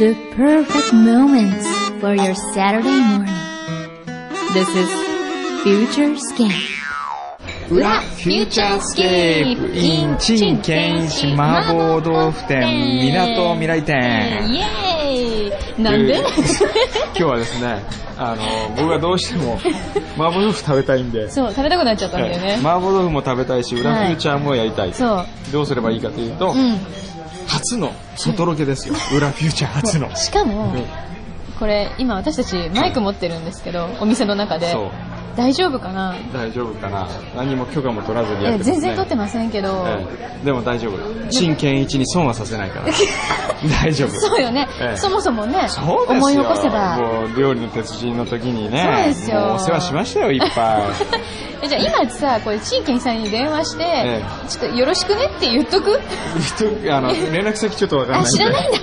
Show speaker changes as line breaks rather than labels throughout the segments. The perfect moments for your Saturday morning. This is Future Scan.
裏フューチャースケープ in 陳建市麻婆豆腐店港未来店
イエーイなんで、
えー今日はですねあの僕がどうして も麻婆豆腐食べたいん で
そう、食べたくなっちゃったんだよ
えー
ね。
麻婆豆腐も食べたいし裏フューチャーもやりたい、
そう。
どうすればいいかというと、
うん。
初の外ロケですよ裏フューチャー 初の、
しかも、
ね
これ今私たちマイク持ってるんですけど、お店の中で。
そう
大丈夫かな
大丈夫かな何も許可も取らずにや
え
ってます、ね、
全然撮ってませんけど、
ええでも大丈夫陳建一に損はさせないから 大丈夫
そうよね、
ええ
そもそもね
そうですよ
思い起こせば
もう料理の鉄人の時にね
そうですよ
もうお世話しましたよいっぱ
えじゃあ今さこれ陳建さんに電話して、
え
ちょっとよろしくねって言っとく
いちょっとあの連絡先ちょっとわかん
あ
ないん
知
で
らないんだ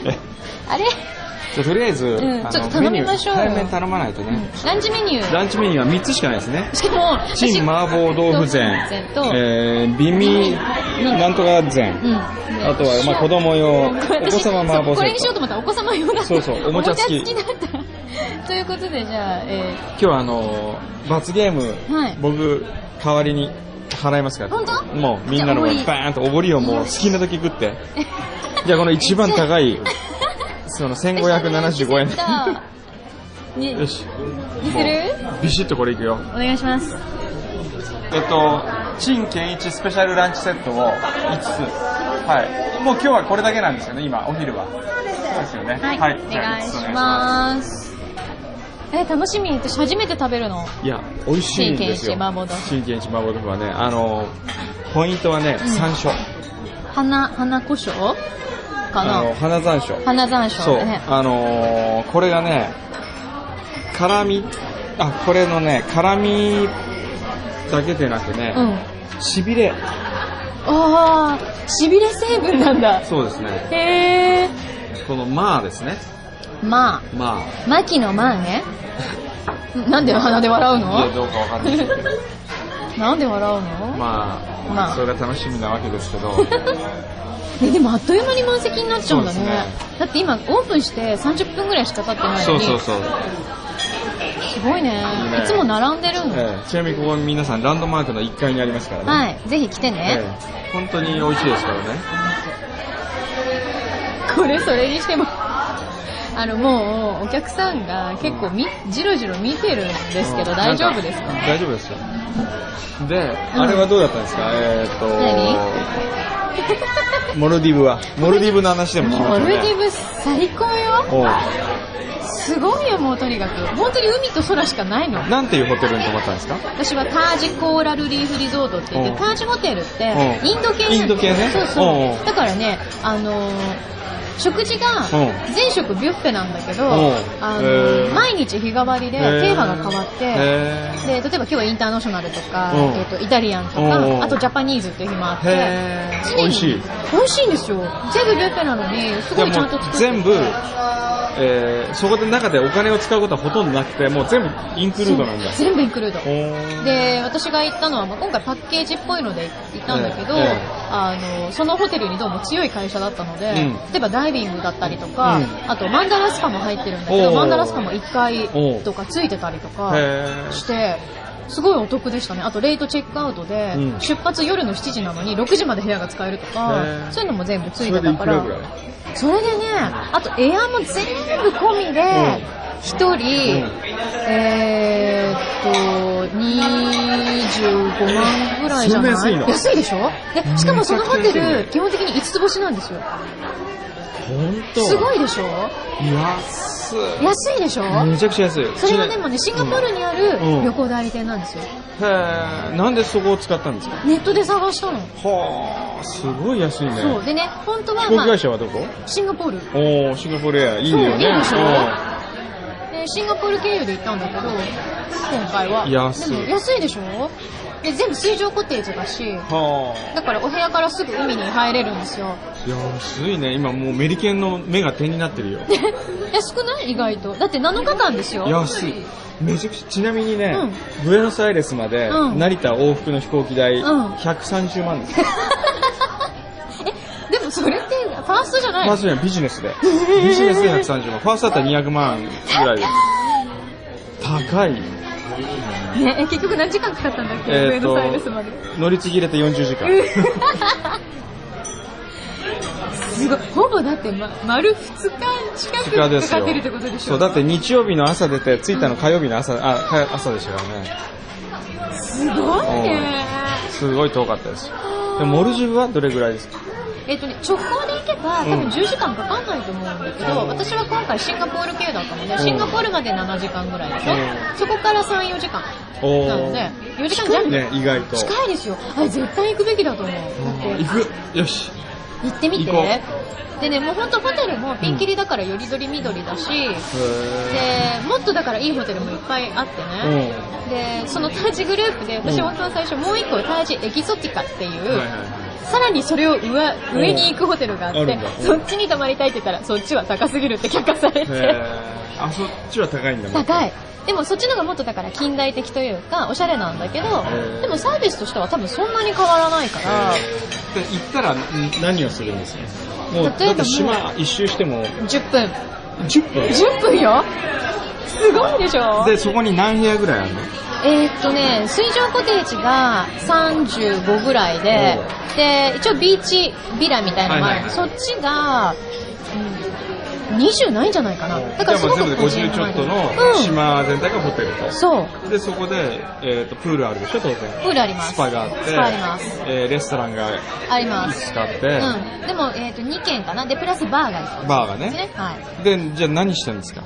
あれ
じゃあとりあえず、
ん
あの
ちょっと頼みましょうよ
メニュー早めに頼まないとね、
ランチメニュー
ランチメニューは3つしかないですね
しかも私
陳麻婆豆腐膳
豆腐膳と
えー、美味なんとか膳、
うん
あとは、まあ、子 供用お子様麻
そ
婆
うこ
セ
れ
ッ
にしよう
ト
と思ったらお子様用だった
そうそうおもちゃ付き
おもちゃ付きだった ということでじゃあ、え
今日はあのー罰ゲーム、
はい
僕代わりに払いますから
本当
もうみんな
じゃあお
の
ごり
バーンとおぼりをもう好きなだけ食って じゃあこの一番高いその
ー、
1575円
に
よし
にする
ビシッとこれいくよ
お願いします
えっと陳建一スペシャルランチセットを5つはいもう今日はこれだけなんですよね今お昼はそうですよね
はい、お
じゃあ
願いし
5つお願
ます。え、楽しみ。私初めて食べるの。
いや、美味しいんですよ。
真剣一麻婆豆腐
真剣一麻婆豆腐はね、あの、ポイントはね、山椒。
花、花胡椒か
あの、
な
花山椒。
花山
そう
椒、ね。
あのーこれがね、辛み、あ、これのね、辛みだけでなくね
う、ん。
しびれ。
あー、しびれ成分なんだ。
そうですね。
へ
このまあですね。
ー。ま
まあ。
あ、牧のまあ ね。んなんで鼻で笑う
いや、
の
どうかわかんないですけど。
なんで笑うの、
まあ、
まあ
それが楽しみなわけですけど、
え、でもあっという間に満席になっちゃうんだね。
そうですね
だって今オープンして30分ぐらいしか経ってないの
そう
に。
そうそう。
すごいね。
いいね
いつも並んでるの。
ええちなみにここ皆さんランドマークの1階にありますからね。
はい。ぜひ来てね。
ええ本当に美味しいですからね。
これそれにしてもあのもうお客さんが結構み、じろじろ見てるんですけど
うん
大丈夫ですか
なん大丈夫ですよ。で、あれはどうだったんですかえーっと、モルディブは。モルディブの話でもしまし
モ
ょう
ルディ
ね。
ブ最高よ
おう
すごいよもうとにかく本当に海と空しかないの
なんていうホテルに泊まったんですか
私はタージコーラルリーフリゾートって言っ
うん
てタージホテルって
うん
インド系なの
インド系ね
そうそううんだからねあのー食事が
う
全食ビュッフェなんだけど、
うん
あの
へ
ー
ー
毎日日替わりで
へー
テーマが変わって、
へ
で
ー
例えば今日はインターナショナルとか、
うん
えー、とイタリアンと
うん
かあとジャパニーズっていう日もあって
へー
常に
美味しい
美味しいんですよ全部ビュッフェなのにすごいち
で
ゃ
も
んと作ってて
全部、えーそこで中でお金を使うことはほとんどなくて、もう全部インクルードなんだ。
そう全部インクルード
おー
で私が行ったのは、まあ、今回パッケージっぽいので行ったんだけど、
ええええ
あのそのホテルにどうも強い会社だったので、
うん
例えばダイビングだったりとか、
うん
あとマンダラスパも入ってるんだけど
おー
マンダラスパも1回とかついてたりとか。
へー
して、すごいお得でしたね。あと、レイトチェックアウトで、
うん
出発夜の7時なのに6時まで部屋が使えると
へ
か、
ー
そういうのも全部つ
そ
い
れ
て
で
た
い
か
くら
ら
ぐらい、
それでね、あとエアも全部込みで
ん、
1人、
うん
えーっと、25万ぐらいじゃない
そんな安いの
でしょでしかもそのホ
め
テ
ちゃくちゃ安い
ル
ね、
基本的に5つ星なんですよ。
本当
すごいでしょ
安い。
安いでしょ
めちゃくちゃ安い。
それはでもね、シンガポールにある
うん
旅行代理店なんですよ。
へーなんでそこを使ったんですか
ネットで探したの。
はあ、すごい安いね。
そう。でね、本当は、
飛行機
ま
会
あ、
社はどこ
シンガポール。
おー、シンガポールエア、いい
そう、い
よ
い
ね。
でしょ
うん
でシンガポール経由で行ったんだけど、今回は。
安い
でも安いでしょで、全部水上コテージだし、
は
だからお部屋からすぐ海に入れるんですよ。
あ、安いね。今もうメリケンの目が点になってるよ。
安くない意外と。だって7日間ですよ。
安い。めちゃくちゃ、ちなみにね、ブエノスアイレスまで、
うん
成田往復の飛行機代、
うん
130万です。
でもそれってファーァーストじゃない
ファーストじゃない、ビジネスで。ビジネスで130万。ファーストだったら200万ぐらいです。高い。
ええ結局何時間かかったんだっけ、
えー
ブ
と
エノサイレスまで。
乗りちぎれて40時間。
すごい。ほぼだって、ま、丸2日近く
近です
かか
よ
ってるってことで。しょ
そう、だって日曜日の朝出て、着いたの火曜日の朝、あ、か朝でしたからね。
すごいね。
すごい遠かったです。でモルジブはどれぐらいですか
えっとね、直行で行けば多
うん
分10時間かかんないと思うんだけど、
うん
私は今回シンガポール系だったので、
ん
シンガポールまで7時間ぐらいでしょ、
うん
そこから3、4時間
お
なので、4時間じゃ
ね、意外と。
近いですよ。あ、絶対行くべきだと思う。だって
行く。よし。
行ってみて
行こ。
でね、もうほんとホテルもピンキリだからよりどり緑だし、で、もっとだからいいホテルもいっぱいあって
う
ね。
ん。
で、そのタージグループで、私
うん
本当は最初もう一個タージエキゾティカっていう、
はいはいはい。
さらにそれを上上に行くホテルがあ
あ
っ
る
て
んだ、
そっちに泊まりたいって言ったら、そっちは高すぎるって却下されて。
へーあ、そっちは高いんだもん。
高い。でもそっちの方がもっとだから近代的というか、おしゃれなんだけど
ー、
でもサービスとしては多分そんなに変わらないから、
で行ったらん何をするんですか
例え
もう
ばもう
だって島一周しても
10分。
10分
10分よすごいでしょ
でそこに何部屋ぐらいあるの
えーっとね、水上コテージが35ぐらいで、で、一応ビーチビラみたいなのもある、
はいはいはい
そっちが、うん、20ないんじゃないかな。だから
じ
そ
ゃあ
の
まあ全部で
個人
50ちょっとの
うん。
島全体がホテルと、
そう。
でそこで、えー、とプールあるでしょ当然
プールあります。
スパがあって
スパあります。
えーレストランがい
ありま
く
す。
つかあって、
うん。でも、えーっ、と、2軒かな。で、プラスバーが1個
バーが
ですね
ね。
はい。
でじゃあ何してるんですか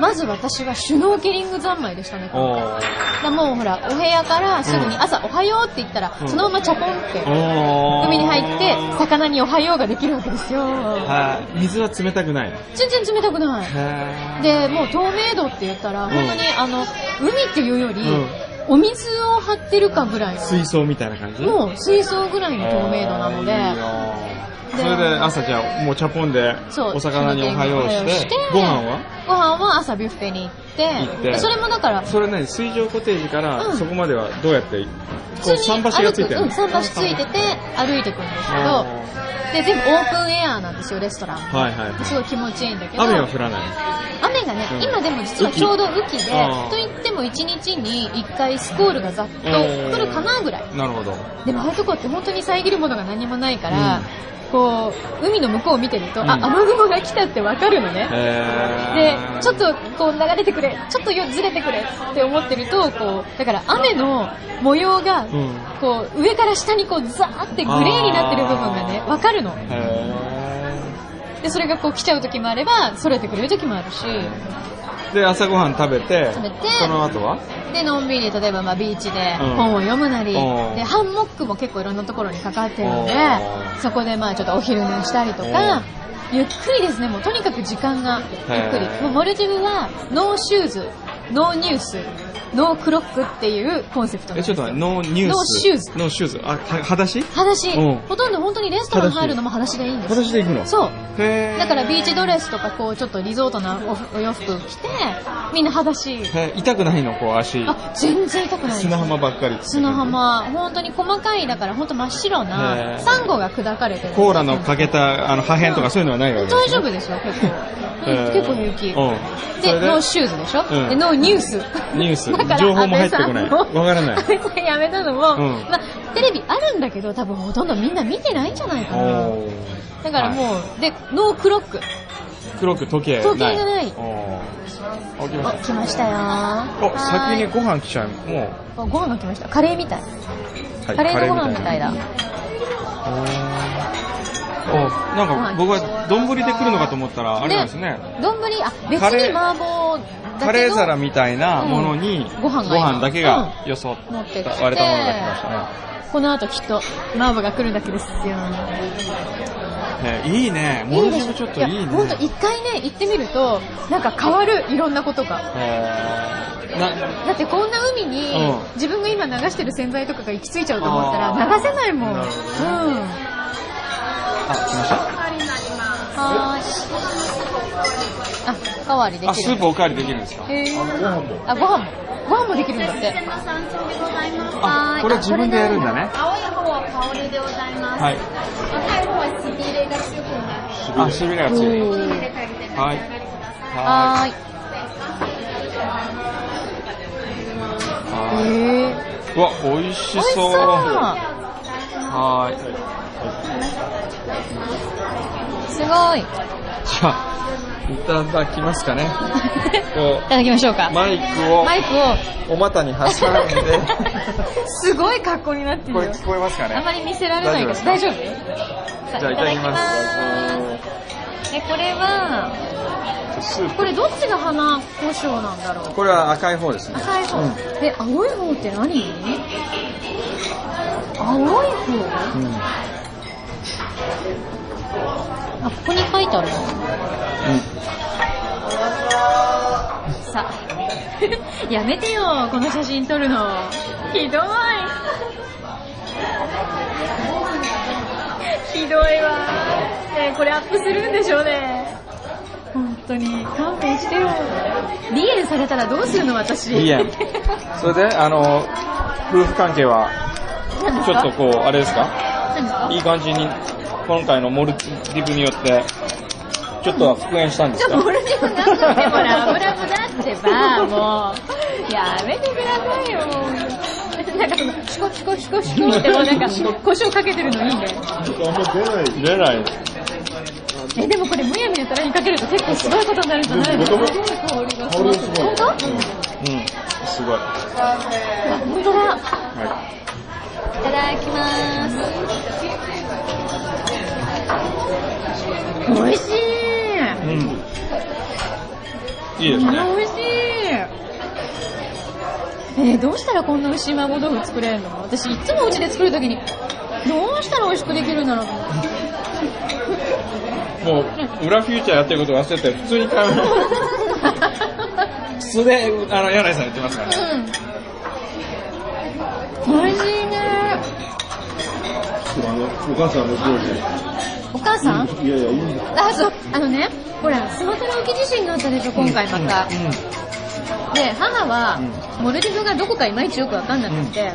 まず私はシュノーケリング三昧でしたね、今回
おー
だからもうほら、お部屋からすぐに朝、おはようって言ったら、
うん
そのままチャポンって、
おー
海に入って、魚におはようができるわけですよ。
はい水は冷たくないのへ
全然冷たくない。
ー
で、もう透明度って言ったら、
ん
本当にあの、海っていうより
うん、
お水を張ってるかぐらい
水槽みたいな感じ
の、もう水槽ぐらいの透明度なので、
で
で
それで朝じゃあもうチャポンで
そう
お魚におはようしてご飯は
ご飯は朝ビュッフェに行って、
行って
でそれもだから、
それね水上コテージから
うん
そこまではどうやってこう桟
普
橋
通に
がついて
歩
る
くう
の
ん、桟橋ついてて歩いてくるんですけど、
あ
で、全部オープンエアーなんですよ、レストラン。
ーはいはい
すごい気持ちいいんだけど、
雨は降らない
雨がね、
うん
今でも実はちょうど雨季で
あー、
といっても1日に1回スコールがざっと来るかなぐらい。
なるほど
でもああいうとこって本当に遮るものが何もないから、
うん
こう、海の向こうを見てると、あ
う、ん
雨雲が来たってわかるのね。で
へ、
ちょっとこう流れてくれ、ちょっとよずれてくれって思ってると、こう、だから雨の模様が、
うんへ
こう、上から下にこう、ザーってグレーになってる部分がね、わかるの。
え
で、それがこう来ちゃう時もあれば、それてくれる時もあるし、
で朝ごはん食べて
食べて
その後は
で、のんびり、例えば、まあ、ビーチで
うん
本を読むなり、
うん
で、ハンモックも結構いろんなところにかかってるので
う、ん
そこでまあ、ちょっとお昼寝したりとか、ゆっくりですね、もうとにかく時間がゆっく
へー
り。もうモルジブは、ノーシューズ、ノーニュース、ノークロックっていうコンセプトなん
え
で
ち
す
ょっ
よ。
と待ってノーニュース
ノーシューズ
ノーシューズあは裸足
裸足、
うん
ほとんど本当にレストラン入るのも裸足でいいんです。
裸足で行くの
そう。
へー
だからビーチドレスとかこうちょっとリゾートなおお洋服着て、みんな裸足。
へー痛くないのこう足
あ、全然痛くないです
砂。浜ばっかり
砂浜、本当に細かい、だから本当真っ白
へー
な、サンゴが砕かれてる。
コーラのかけたあの破片とかそういうのはないわけ
大丈
夫
夫ですよ、結構。
へ
う
ー
ん結構平気。
うん
で
それで
ノーシューズでしょ、
うん
でノーニュース。
ニュース
だから
情報も入ってこない
安倍さんも
わ からない
安倍さんやめたのも、
ん
まあ、テレビあるんだけど、多分ほとんどみんな見てないんじゃないかな。
おー
だからもう、
は
で、ノークロック。
い黒く時計
時計がない
おーあ来ま
あ
し
来ましたよ
た
ー。
お先に
は
ご飯来ちゃうもう
ーいあご飯が来ました。カレーみたい。
はい
カレーのご飯みたいだ。
おーなんか僕は丼で来るのかと思ったらあれなんですね
丼、あ、別
カレ
に
ー
麻婆だけど
カレー皿みたいなものに
うん
ご
ご
飯
飯が今
だけがよそっ
うん持ってきて
た割れたものが来ましたね
この後きっと麻婆が来るだけですよ。
ねいいねモルジブちょっといいね
や、ほんと一回ね、行ってみると、なんか変わる、いろんなことが。
へーな
だってこんな海に
うん、
自分が今流してる洗剤とかが行き着いちゃうと思ったら、
あー
流せないもん。うん。は
なるほどあ来ました
ーい。あ、代わりできる。
あ、スープおかわりできるんですか
へーあ、ご飯も。ご飯もできるんだって。
あ、これ自分でやるんだね。
青い方は香りでございます。
はい。
赤い方はちぎれがスープしびれ
あ、しびれが強い。はい。
は
は
ー
い。
い。えー、
うわ、美味し
美味し
そ
そう。
う。はい。
すごい。
じゃあ、いただきますかね。こ
いただきましょうか。
う、マイクを
マイクを。
お股に挟んで、
すごい格好になってる
こ
よ
れ。 聞こえますかね
あまり見せられないから
大
大
丈
丈
夫
夫
じ
さ
ゃあ、いただきま
え、これは、
スープ
これどっちが花胡椒なんだろ
す。
う
これは赤い方ですね。
赤い方、
うん
え、青い方って何青い方
うん。うん。
あ、ここに書いてあるのさ、やめて よ、この写真撮るの。ひどい。ひどいわ。ねえこれアップするんでしょうね。本当に、勘弁してよ。離縁されたらどうするの、私。
離縁それで、あの、夫婦関係は、
何です
ちょ
か
っとこう、あれですか
何ですか
いい感じに、今回のモルティブによって、ちょっとは復縁したんで
ち
す
ょっ
か
と俺にもなってもらう、ブラブラってば、もう。やめてくださいよ。なんかその、シコシコシコシコってもうなんか、 胡椒かけてるのいいね。
ちょっとあんま出ない
出ないです。
え、でもこれむやみな皿にかけると結構すごいことになるんじゃないの
ごめん
すごい香りが
香りがす
本
ごい
当
うん。すごい。
あ本当だ。
はい
ただきます。美味しい
い。うん。いいです
美味しい。
ね。
えーどうしたらこんな美味しい麻婆豆腐作れるの私いつもうちで作るときに、どうしたら美味しくできるんだろうと思って。
もう、裏フューチャーやってること忘れて、普通に買う。素で、あの、柳井さん言ってますからね。
うん。美味しいね。
あの、お母さんの料
お母さん、
理。いやいや、いい。
あ、そう、あのね、ほら、スマトラ沖地震があったでしょ、今回また。で、母は、モルディブがどこかいまいちよくわかんなくて、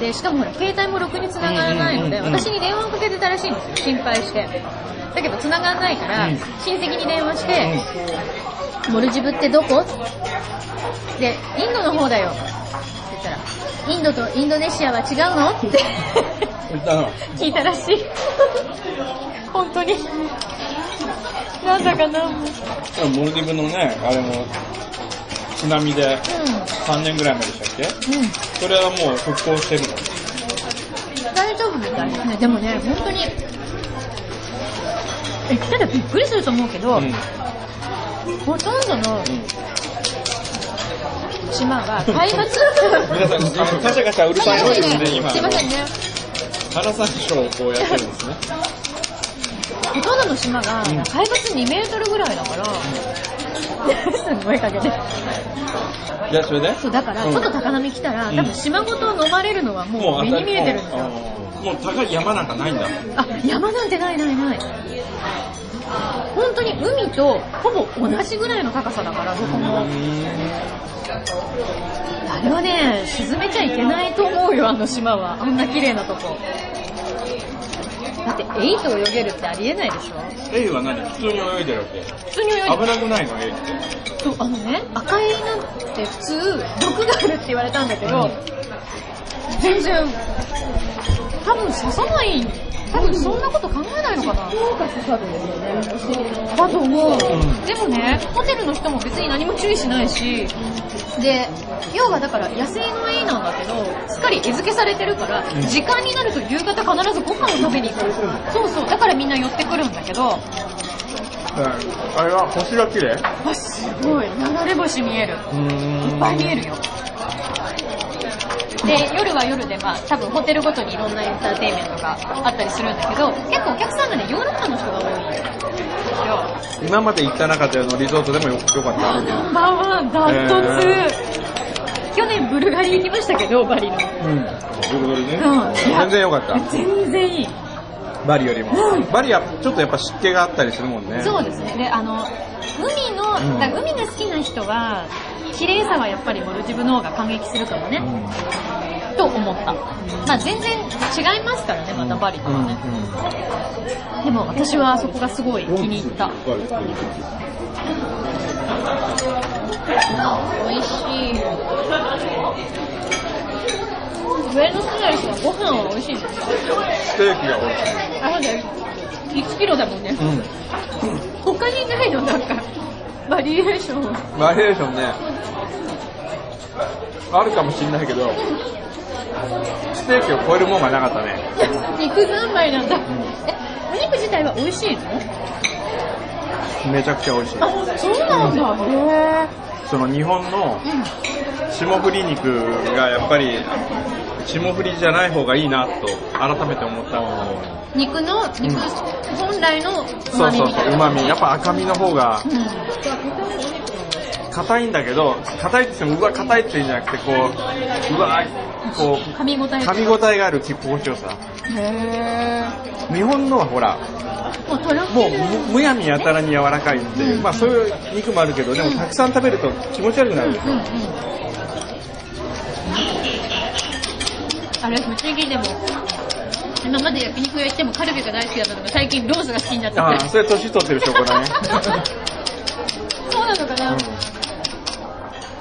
で、しかもほら、携帯もろくに繋がらないので、
うんうんうんうん
私に電話をかけてたらしいんですよ、心配して。だけど繋がらないから、
うん
親戚に電話して、モルジブってどこで、インドの方だよ。って言ったら、インドとインドネシアは違う のって
言ったの。
聞いたらしい。本当に。なんだかな、もう。
モルディブのね、あれも、津波で3年ぐらいまでしたっ
うん。うん。
けそれはもう復興してるの。
大丈夫みたいですね。でもね、本当に、え、来たらびっくりすると思うけど、
うん。
ほとんどの島が海抜
皆さん、あのカシャカシャうるさいのですね、今。
すいませんね。
花山椒をこうやってるんですね。
ほとんどの島が
ん
海抜2メートルぐらいだから、すごいかけて。
いや、それで
そう、だから、
うん
ちょっと高波来たら、
うん
多分島ごと飲まれるのはもう目に見えてるんですよ。
もう高い山なんかないんだ。
あ、山なんてないないない。本当に海とほぼ同じぐらいの高さだから、どこも。あれはね、沈めちゃいけないと思うよ、あの島は。あんな綺麗なとこ。だって、エイと泳げるってありえないでしょ
エイは何普通に泳いでるわけ。
普通に泳いで
危なくないの、エイって。
そう、あのね、赤いなんて普通、毒があるって言われたんだけど、全然、多分刺さない、多分そんなこと考えないのかな。だと思う。でもね、ホテルの人も別に何も注意しないし、で、要はだから野生のエイなんだけど、すっかり餌付けされてるから、時間になると夕方必ずご飯を食べに行く。そうそう、だからみんな寄ってくるんだけど、
あれは星が綺麗
あ、すごい、流れ星見える。いっぱい見えるよ。で、夜は夜で、まあ、多分ホテルごとにいろんなエンターテインメントがあったりするんだけど、結構お客さんがね、ヨーロッパの人が多いんですよ。
今まで行った中でのリゾートでもよよかった。
ナンバーワン、ダントツ。去年ブルガリ行きましたけど、バリの。う
ブルブル
ん。い
ね。
や
全然良かった
全然いい。
バリよりも
うん。
バリはちょっとやっぱ湿気があったりするもんね。
そうですね。で、あの、海の、
うん
だから海が好きな人は、綺麗さはやっぱりモルディブの方が感激するかもね、と思ったまあ全然違いますからねまたバリとはね、でも私はあそこがすごい気に入った美味しい上のスナイスはご飯は美味しいですか
ステーキが美味しい。
あそうだよ1キロだもんね
う
他にないのなんかバリエーション
ん。バリエーションね。あるかもしんないけど、ステーキを超えるもんがなかったね。
肉三昧なんだ。え、お肉自体は美味しいの
めちゃくちゃ美味しい。
あ、そうなんだ。へ
その日本の
うん。
霜降り肉がやっぱり、霜降りじゃない方がいいなと改めて思った
肉の、肉、
うん
本来の
そう
旨味
そう
みた
そ、
いうな。
旨味。やっぱ赤身の方が
うん。
硬いんだけど、硬いって言っても、うわ、硬いって言うんじゃなくて、こう、うわ、こう、
噛み応え
噛み応えがある切符心地よさ。
へ
日本のはほら、
もうとろ
も
ける。
うむむやみやたらに柔らかいんで、まあそういう肉もあるけど、でもたくさん食べると気持ち悪くなるでし
うんう
ょ。
ん。あれ、不思議でも。今まで焼肉屋行ってもカルビが大好きだったのが最近ロースが好きになっ
ああ、
た。
それ年取ってる証拠だね。
そうなのかな、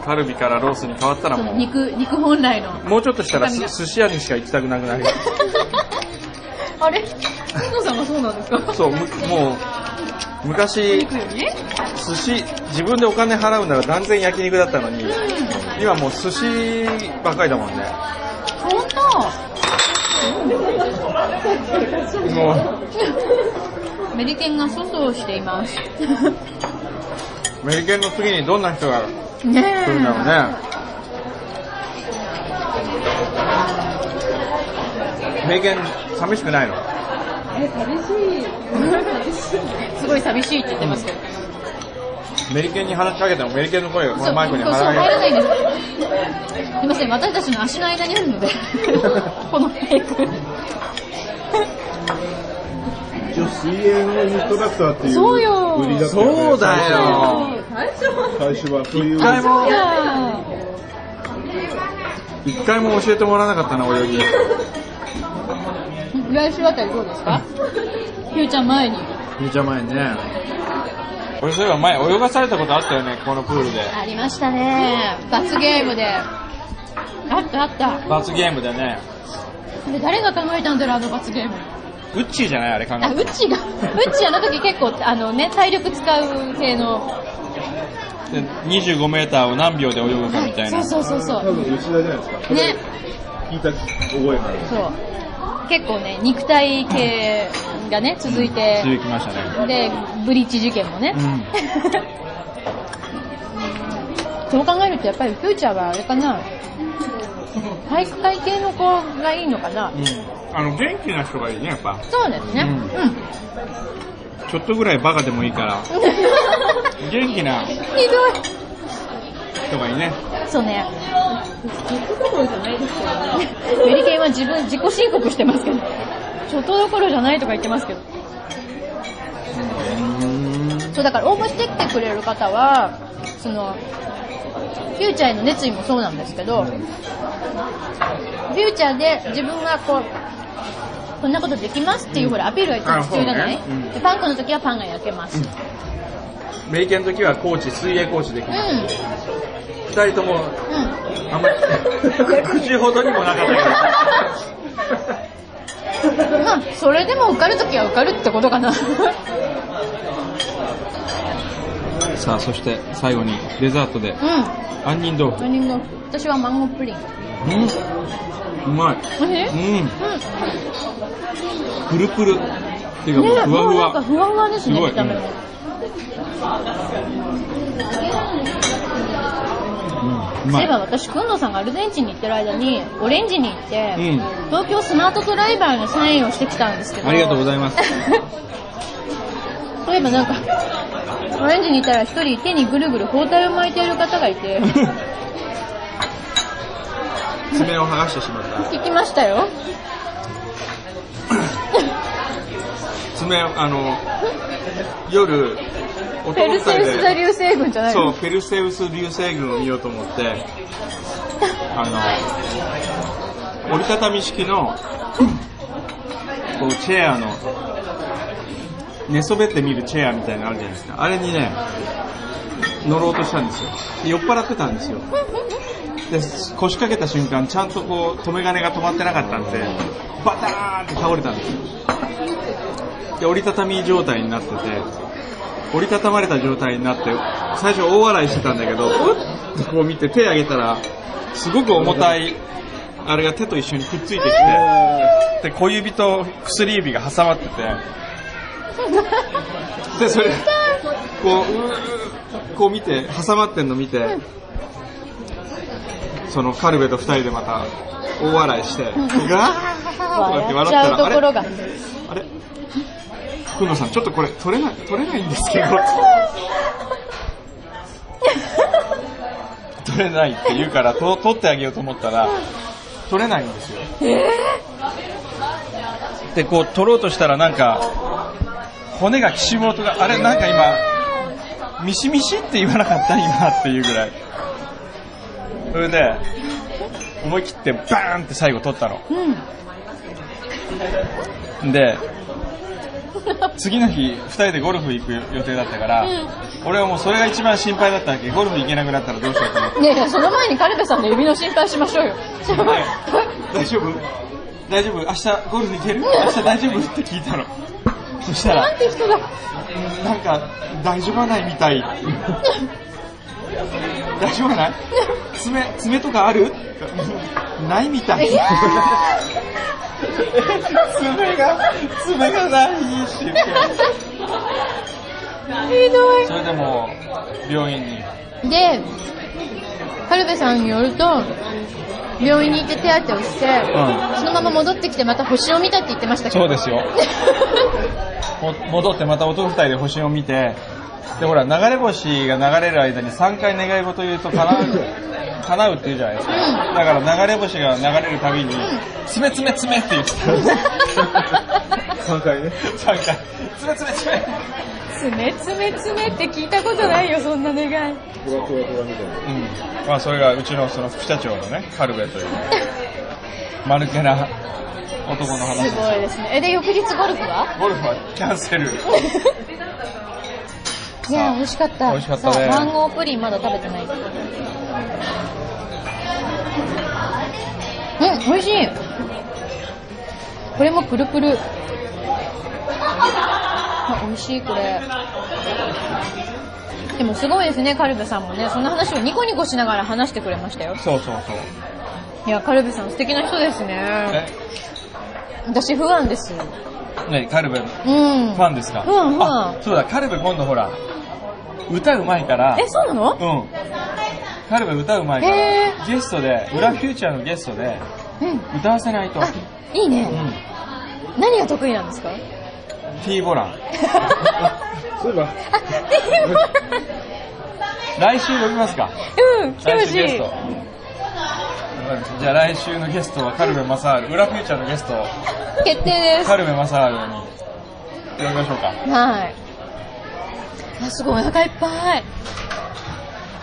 カルビからロースに変わったら
そ
も
の
う、
肉、肉本来の。
もうちょっとしたらす寿司屋にしか行きたくなくなる。
あれ水野さんはそうなんですか
そう、むもう、昔、
肉より
寿司、自分でお金払うなら断然焼肉だったのに、今もう寿司ばっかりだもんね。
本当
もう、
メリケンが粗相しています。
メリケンの次にどんな人が
ね
来るんだろうね。メリケン、寂しくないの
すごい寂しいって言ってますけど。
メリケンに話しかけてもメリケンの声がこ
そ
の
う、
マイクに
そう
入
そう
ら
入ら
な
ない
い。
んです。すいません、私たちの足の間にあるの で、このメイク。
一応水泳のインストラクターっていう
そうよ
売りだったよね
そうだよ。
最初はそういう
一回も、
あ
一回も教えてもらわなかったな、泳ぎ。
ー来週あたりどうですかひゅーちゃん前に。
めちゃ前ね。俺そういえば前泳がされたことあったよね、このプールで。
ありましたね。罰ゲームで。あったあった。
罰ゲームでね。
それ誰が考えたんだろう、あの罰ゲーム。
ウッチーじゃないあれ考え
あ、
た
うちが、うちあの時結構、あのね、体力使う系の。
で25メーターを何秒で泳ぐかみたい
そ
な
う。そうそうそ
多
う。
分吉田じゃないですか。それ
ね、
聞いた覚えがある。
そう。結構ね、肉体系がね、続いて、
続きましたね。
で、ブリッジ事件もね。
うん。
そう考えるとやっぱりフューチャーはあれかな、体育会系の子がいいのかな。
うん。あの、元気な人がいいね、やっぱ。
そうですね。
う
うんん。
ちょっとぐらいバカでもいいから、 元気な
ひどい。
人がいいね。
そうね。 メリケンは自分、自己申告してますけど。ちょっとどころじゃないとか言ってますけど。そう、だから応募してきてくれる方は、その、フューチャーへの熱意もそうなんですけど、フューチャーで自分がこう、こんなことできますっていう、ほら、アピールが一番必要じゃない
あ、そうねうん
でパンクの時はパンが焼けます。うん。
メリケンの時はコーチ、水泳コーチできる。二人とも、
うん。
あん まり、口ほどにもなかったから。
まあ、それでも受かるときは受かるってことかな。
さあ、そして最後にデザートで、
う
杏仁豆腐。
ん。人の私はマンゴープリン。
うん。うまい。
おいしい
うん。
う
プルプル。てか
ん。
もう
ね、もう
ふ
なん
わふ
か
わ。
ふわふわです
す
ね、
ごい
見た目も。そう
うん。うま
いえ
い。
ば私、くんのさんがアルゼンチンに行ってる間に、オレンジに行って、
うん
東京スマートドライバーのサインをしてきたんですけど。
ありがとうござ います。
そういえばなんか、オレンジにいたら一人手にぐるぐる包帯を巻いている方がいて、
爪を剥がしてしまった。
聞きましたよ。
爪、あの、夜、弟
ペル
二人
セウス座流星群じゃない
そ
の
う、ペルセウス流星群を見ようと思って、あの、折りたたみ式の、こう、チェアの、寝そべって見るチェアみたいなのあるじゃないですか。あれにね、乗ろうとしたんですよ。で酔っ払ってたんですよ。で、腰掛けた瞬間、ちゃんとこう、止め金が止まってなかったんで、バターンって倒れたんですよ。で、折りたたみ状態になってて、折りたたまれた状態になって、最初大笑いしてたんだけど、うっとこう見て手上げたら、すごく重たい、あれが手と一緒にくっついてきて、で、小指と薬指が挟まってて、で、それ、こう、うーこう見て、挟まってんの見て、そのカルベと二人でまた大笑いして、がこうやっ
笑っ
て
ち
笑った
ゃう
ら、
と
あ
こ
れ
ろが。
あれ福野さん、ちょっとこれ、取れない、取れないんですけど。取れないって言うから、と取ってあげようと思ったら、取れないんですよ。で、こう、取ろうとしたらなんか、骨がきしむ音が、あれ、なんか今、ミシミシって言わなかった今っていうぐらい。それで、思い切ってバーンって最後取ったの。で、次の日、2人でゴルフ行く予定だったから、俺はもうそれが一番心配だったわけ。ゴルフ行けなくなったらどうしようと思って。
ねえねえ、その前にカルベさんの指の心配しましょうよ。
大丈夫大丈夫明日ゴルフ行ける明日大丈夫って聞いたの。そしたら
なん、て人が。
なんか、大丈夫はないみたい。 大丈夫はない爪、爪とかあるないみたい。
いや
爪が、爪がないって言って。
ひどい。
それでもう、病院に。
で、カルベさんによると、病院に行って手当てをして、
う
そのまま戻ってきてまた星を見たって言ってましたけ
そう
ど。
で すよ。も戻ってまた男二人で星を見て、で、ほら、流れ星が流れる間に3回願い事言うと叶う、叶うって言うじゃないですか。だから流れ星が流れるたびに、つめつめつ めって言ってたんですよ。
3回ね。
3回。つめつめつめ。
つめつめつめって聞いたことないよ、そんな願い。
トラトラトラみた
う
いな。
ん。まあ、それがうちのその副社長のね、カルベという、丸けな男の話です
すごいですね。え、で、翌日ゴルフは
ゴルフはキャンセル。
いや、美味しかった。
美味しかったね
さあマンゴープリンまだ食べてない。うん、美味しい。これもプルプル。あ、美味しい、これ。でもすごいですね、カルベさんもね。その話をニコニコしながら話してくれましたよ。
そうそうそう。
いや、カルベさん素敵な人ですね。
え、
私不安です。
何カルベ
うん。
ファンですか
うんうん
あそうだ、カルベ今度ほら、歌うまいから、
え、そうなの
うん。カルベ歌うまいから、
へ
ゲストで、裏フューチャーのゲストで、
うん。
歌わせないと。
あ、いいうね。
ん。
何が得意なんで すか
T ボラン。
そういえば、
あ、でも
来週呼びますか
うん、来てほ
来
し
週ゲス
い
ト。。わかりましたじゃあ来週のゲストはカルベマサール、裏フューチャーのゲスト、
決定です。
カルベマサールに呼びましょうか。
はい。あ、すごい、お腹いっぱい。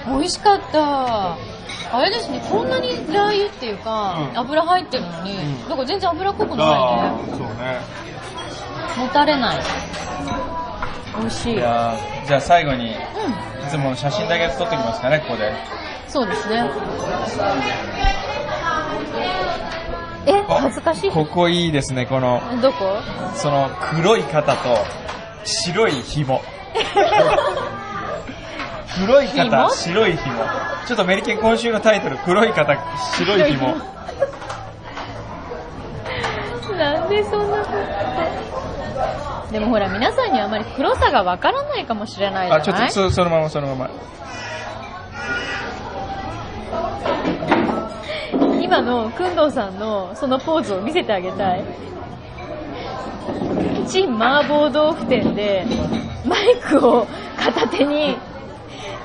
美味しかった。あれですね、こんなにラー油っていうか、
うん
油入ってるのに、
うん
なんか全然油っこくな
ー、そうね。
いね。もたれない。美味しい。
い
うん。
やーじゃあ最後に、いつもの写真だけ撮ってきますかね、ここで。
そうですね。え、
あ
恥ずかしい。
ここいいですね、この。
どこ
その黒い肩と白い 紐。黒い肩、
紐
白い紐。ちょっとメリケン今週のタイトル、黒い肩、白い紐。
なんでそんなことでもほら皆さんにはあまり黒さがわからないかもしれないじゃな
あ、
い
ちょっとそそのままそのまま。
今のくんどうさんのそのポーズを見せてあげたい陳麻婆豆腐店でマイクを片手に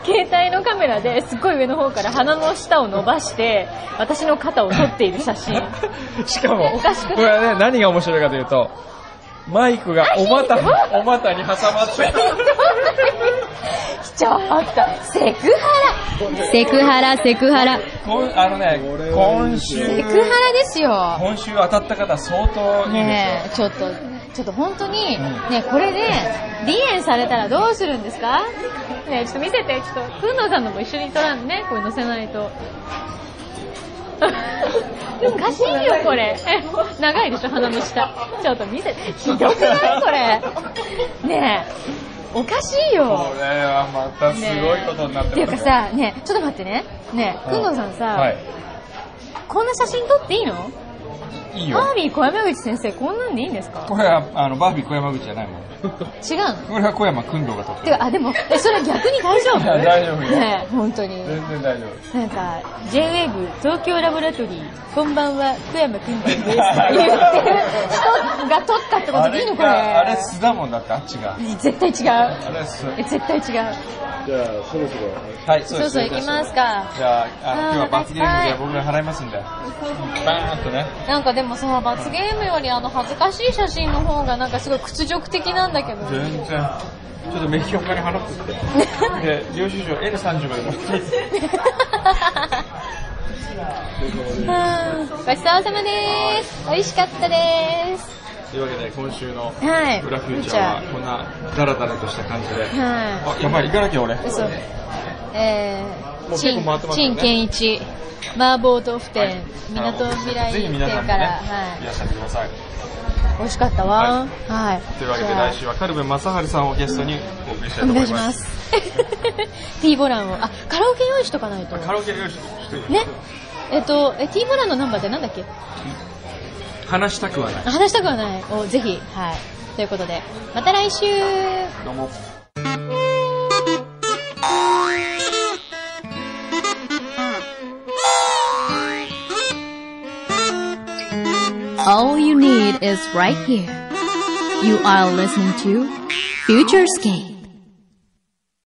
携帯のカメラですっごい上の方から鼻の下を伸ばして私の肩を撮っている写 真
しかも、
おかしくない
これはね、何が面白いかというと、マイクがお股に、お股に挟まって、
ちょっと、セクハラ
セクハラ、セクハラ。
今あのね
これ、はい
今
いです
週
よ、
セクハラですよ。
今週当たった方相当いいで
ねえ、ちょっと、ちょっと本当に、
うん
ねえこれで、離縁されたらどうするんですかねえちょっと見せて、ちょっと、くんのさんのも一緒に撮らんね、これ載せないと。 おかしいよ、これ。 え長いでしょ、鼻の下。ちょっと見せて。ひどくないこれ。ねえ、おかしい
すよ。
よ。
これはまたすごいことになっ
って
て
いう
ま
か
すよ。
さ、ねえちょっと待ってね。ねえくんのさんさ、
はい。
こんな写真撮っていいの
いいよ。
バービー小山口先生、こんなんでいいんですか
これは、あの、バービー小山口じゃないもん。
違うの
これは小山君堂が撮って
てか、あ、でも、え、それは逆に大丈夫
大丈夫よ
ねえ本当に。
る。全然大丈夫。
なんか、J-WAVE 東京ラボラトリー、こんばんは、福山くんです。って言ってる人が撮ったってことでいいのこれ。
あれ素だもんだって、あっちが。
絶対違う。
あれ素。
え、絶対違う。
じゃあ、そろそろ。
はい、
そ
そう
ろ
です
そろ行きますか。
じゃあ、あの
あー
今日は罰ゲームで僕が払いますんで。バーンとね。
なんかでもさ、罰ゲームよりあの恥ずかしい写真の方がなんかすごい屈辱的なんだけど。
全然。ちょっとメキオカに払ってっ て。で、領収書 L30 まで持ってきて。
うんごちそうさまです。美味しかったです。
というわけで、今週の
はい。
裏フューチャーはこんなダラダラとした感じで。
は
あ、やばい、行かなきゃ俺。
い。嘘。えー、
もう
陳
結構回ってますよ
陳
ね
健一、麻婆豆腐
はい
店、港未来
ぜひ
店
皆さんも
か
ね
ら、はい
いらっしゃってください。
い。美味しかったわ。はい。
というわけで、
じゃあ
来週はカルベ正治さんをゲストにお送りした
お
いと思
願い
い
し
ま。
ますす。T ボランを、あ、カラオケ用意しとかないと。
カラオケよろしく。
ね。えっと、え、T ボランのナンバーってなんだっけ
話したくはない。
話したくはない。お、ぜひ、はい。ということで、また来週
どうも。
All you need is right here. You are listening to Futurescape.